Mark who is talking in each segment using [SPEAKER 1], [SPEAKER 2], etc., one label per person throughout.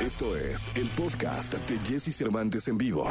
[SPEAKER 1] Esto es el podcast de Jesse Cervantes en vivo.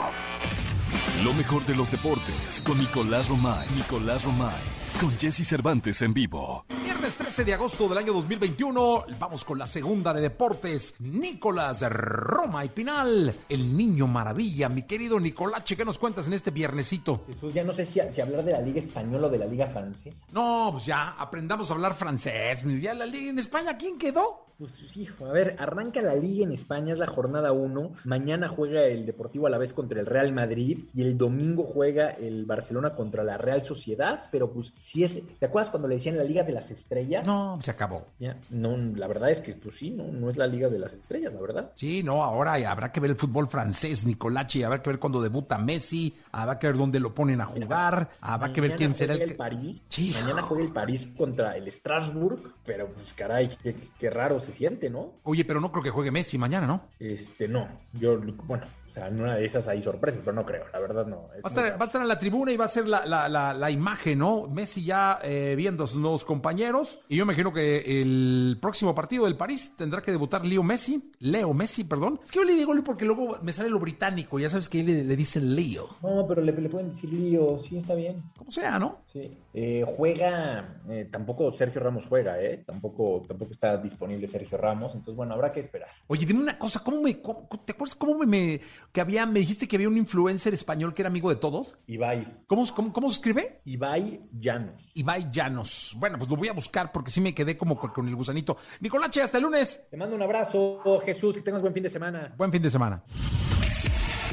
[SPEAKER 2] Lo mejor de los deportes con Nicolás Romay. Nicolás Romay. Con Jesse Cervantes en vivo.
[SPEAKER 3] Viernes 13 de agosto del año 2021. Vamos con la segunda de deportes. Nicolás Roma y Pinal. El niño maravilla. Mi querido Nicolache, ¿qué nos cuentas en este viernesito?
[SPEAKER 4] Jesús, ya no sé si, si hablar de la Liga Española o de la Liga Francesa.
[SPEAKER 3] No, pues ya aprendamos a hablar francés. Ya la liga en España, ¿quién quedó?
[SPEAKER 4] Pues, hijo, a ver, arranca la liga en España, es la jornada 1. Mañana juega el Deportivo Alavés contra el Real Madrid y el domingo juega el Barcelona contra la Real Sociedad. Pero pues, si es. ¿Te acuerdas cuando le decían la Liga de las Estrellas?
[SPEAKER 3] No, pues se acabó.
[SPEAKER 4] Ya, no, la verdad es que, pues sí, no, no es la Liga de las Estrellas, la verdad.
[SPEAKER 3] Sí, no, ahora habrá que ver el fútbol francés, Nicolache. Habrá que ver cuando debuta Messi. Habrá que ver dónde lo ponen a jugar. Habrá Ah, que ver
[SPEAKER 4] Mañana
[SPEAKER 3] quién será
[SPEAKER 4] juega
[SPEAKER 3] el.
[SPEAKER 4] el París.
[SPEAKER 3] Sí.
[SPEAKER 4] Mañana juega el París contra el Strasbourg. Pero pues, caray, qué, qué raro se siente, ¿no?
[SPEAKER 3] Oye, pero no creo que juegue Messi mañana, ¿no?
[SPEAKER 4] Este, no, yo, bueno, o sea, en una de esas hay sorpresas, pero no creo, la verdad no. Es
[SPEAKER 3] Va a,
[SPEAKER 4] muy
[SPEAKER 3] estar,
[SPEAKER 4] raro.
[SPEAKER 3] va a estar en la tribuna y va a ser la, la- la- la imagen, ¿no? Messi ya eh, viendo a sus nuevos compañeros. Y yo me imagino que el próximo partido del París tendrá que debutar Leo Messi. Leo Messi, perdón. Es que yo le digo Leo porque luego me sale lo británico. Ya sabes que le, le dicen Leo.
[SPEAKER 4] No, pero le, le pueden decir lío, sí, está bien.
[SPEAKER 3] Como sea, ¿no?
[SPEAKER 4] Sí. Eh, juega, eh, tampoco Sergio Ramos juega, ¿eh? Tampoco, tampoco está disponible Sergio Ramos, entonces bueno, habrá que esperar.
[SPEAKER 3] Oye, dime una cosa. ¿Cómo me... cómo- ¿Te acuerdas cómo me, me- Que había... Me dijiste que había un influencer español que era amigo de todos?
[SPEAKER 4] Ibai,
[SPEAKER 3] ¿Cómo, cómo, cómo se escribe?
[SPEAKER 4] Ibai Llanos.
[SPEAKER 3] Ibai Llanos. Bueno, pues lo voy a buscar porque sí me quedé como con con el gusanito. Nicolache, hasta el lunes.
[SPEAKER 4] Te mando un abrazo, Jesús, que tengas buen fin de semana.
[SPEAKER 3] Buen fin de semana.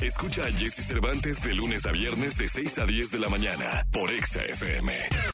[SPEAKER 1] Escucha a Jesse Cervantes de lunes a viernes de 6 a 10 de la mañana por Exa FM.